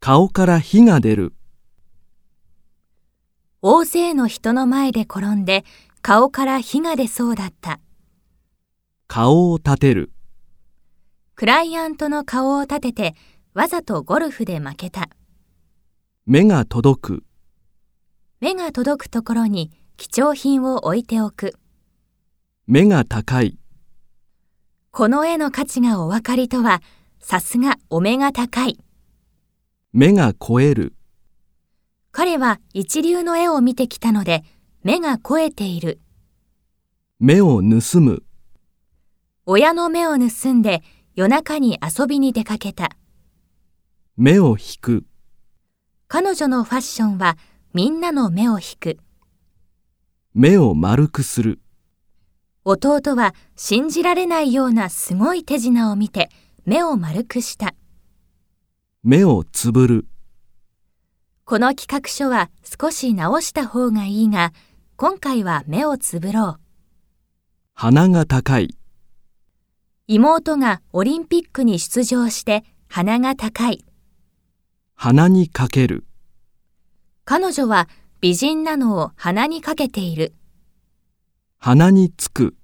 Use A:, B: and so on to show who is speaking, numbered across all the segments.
A: 顔から火が出る、
B: 大勢の人の前で転んで顔から火が出そうだった。
A: 顔を立てる、
B: クライアントの顔を立ててわざとゴルフで負けた。
A: 目が届く、
B: 目が届くところに貴重品を置いておく。
A: 目が高い、
B: この絵の価値がお分かりとは、さすがお目が高い。
A: 目が肥える、
B: 彼は一流の絵を見てきたので、目が肥えている。
A: 目を盗む、
B: 親の目を盗んで夜中に遊びに出かけた。
A: 目を引く、
B: 彼女のファッションはみんなの目を引く。
A: 目を丸くする、
B: 弟は信じられないようなすごい手品を見て目を丸くした。
A: 目をつぶる、
B: この企画書は少し直した方がいいが、今回は目をつぶろう。
A: 鼻が高い、
B: 妹がオリンピックに出場して鼻が高い。
A: 鼻にかける、
B: 彼女は美人なのを鼻にかけている。
A: 鼻につく、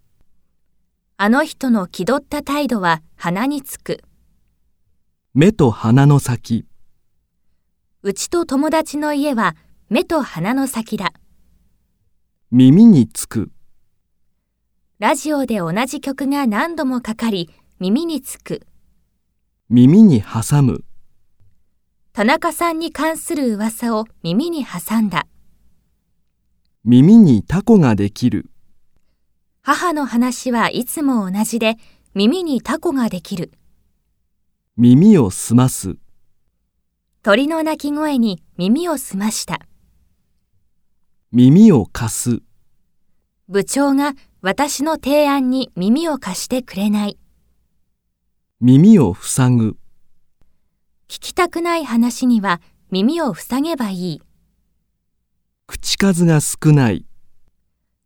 B: あの人の気取った態度は鼻につく。
A: 目と鼻の先、
B: うちと友達の家は目と鼻の先だ。
A: 耳につく、
B: ラジオで同じ曲が何度もかかり耳につく。
A: 耳に挟む、
B: 田中さんに関する噂を耳に挟んだ。
A: 耳にタコができる、
B: 母の話はいつも同じで耳にタコができる。
A: 耳をすます、
B: 鳥の鳴き声に耳を澄ました。
A: 耳を貸す、
B: 部長が私の提案に耳を貸してくれない。
A: 耳を塞ぐ、
B: 聞きたくない話には耳を塞げばいい。
A: 口数が少ない、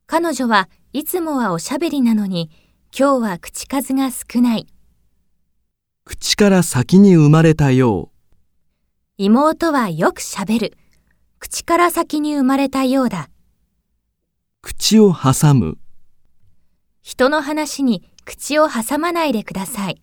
B: 彼女はいつもはおしゃべりなのに、今日は口数が少ない。
A: 口から先に生まれたよう。
B: 妹はよくしゃべる。口から先に生まれたようだ。
A: 口を挟む、
B: 人の話に口を挟まないでください。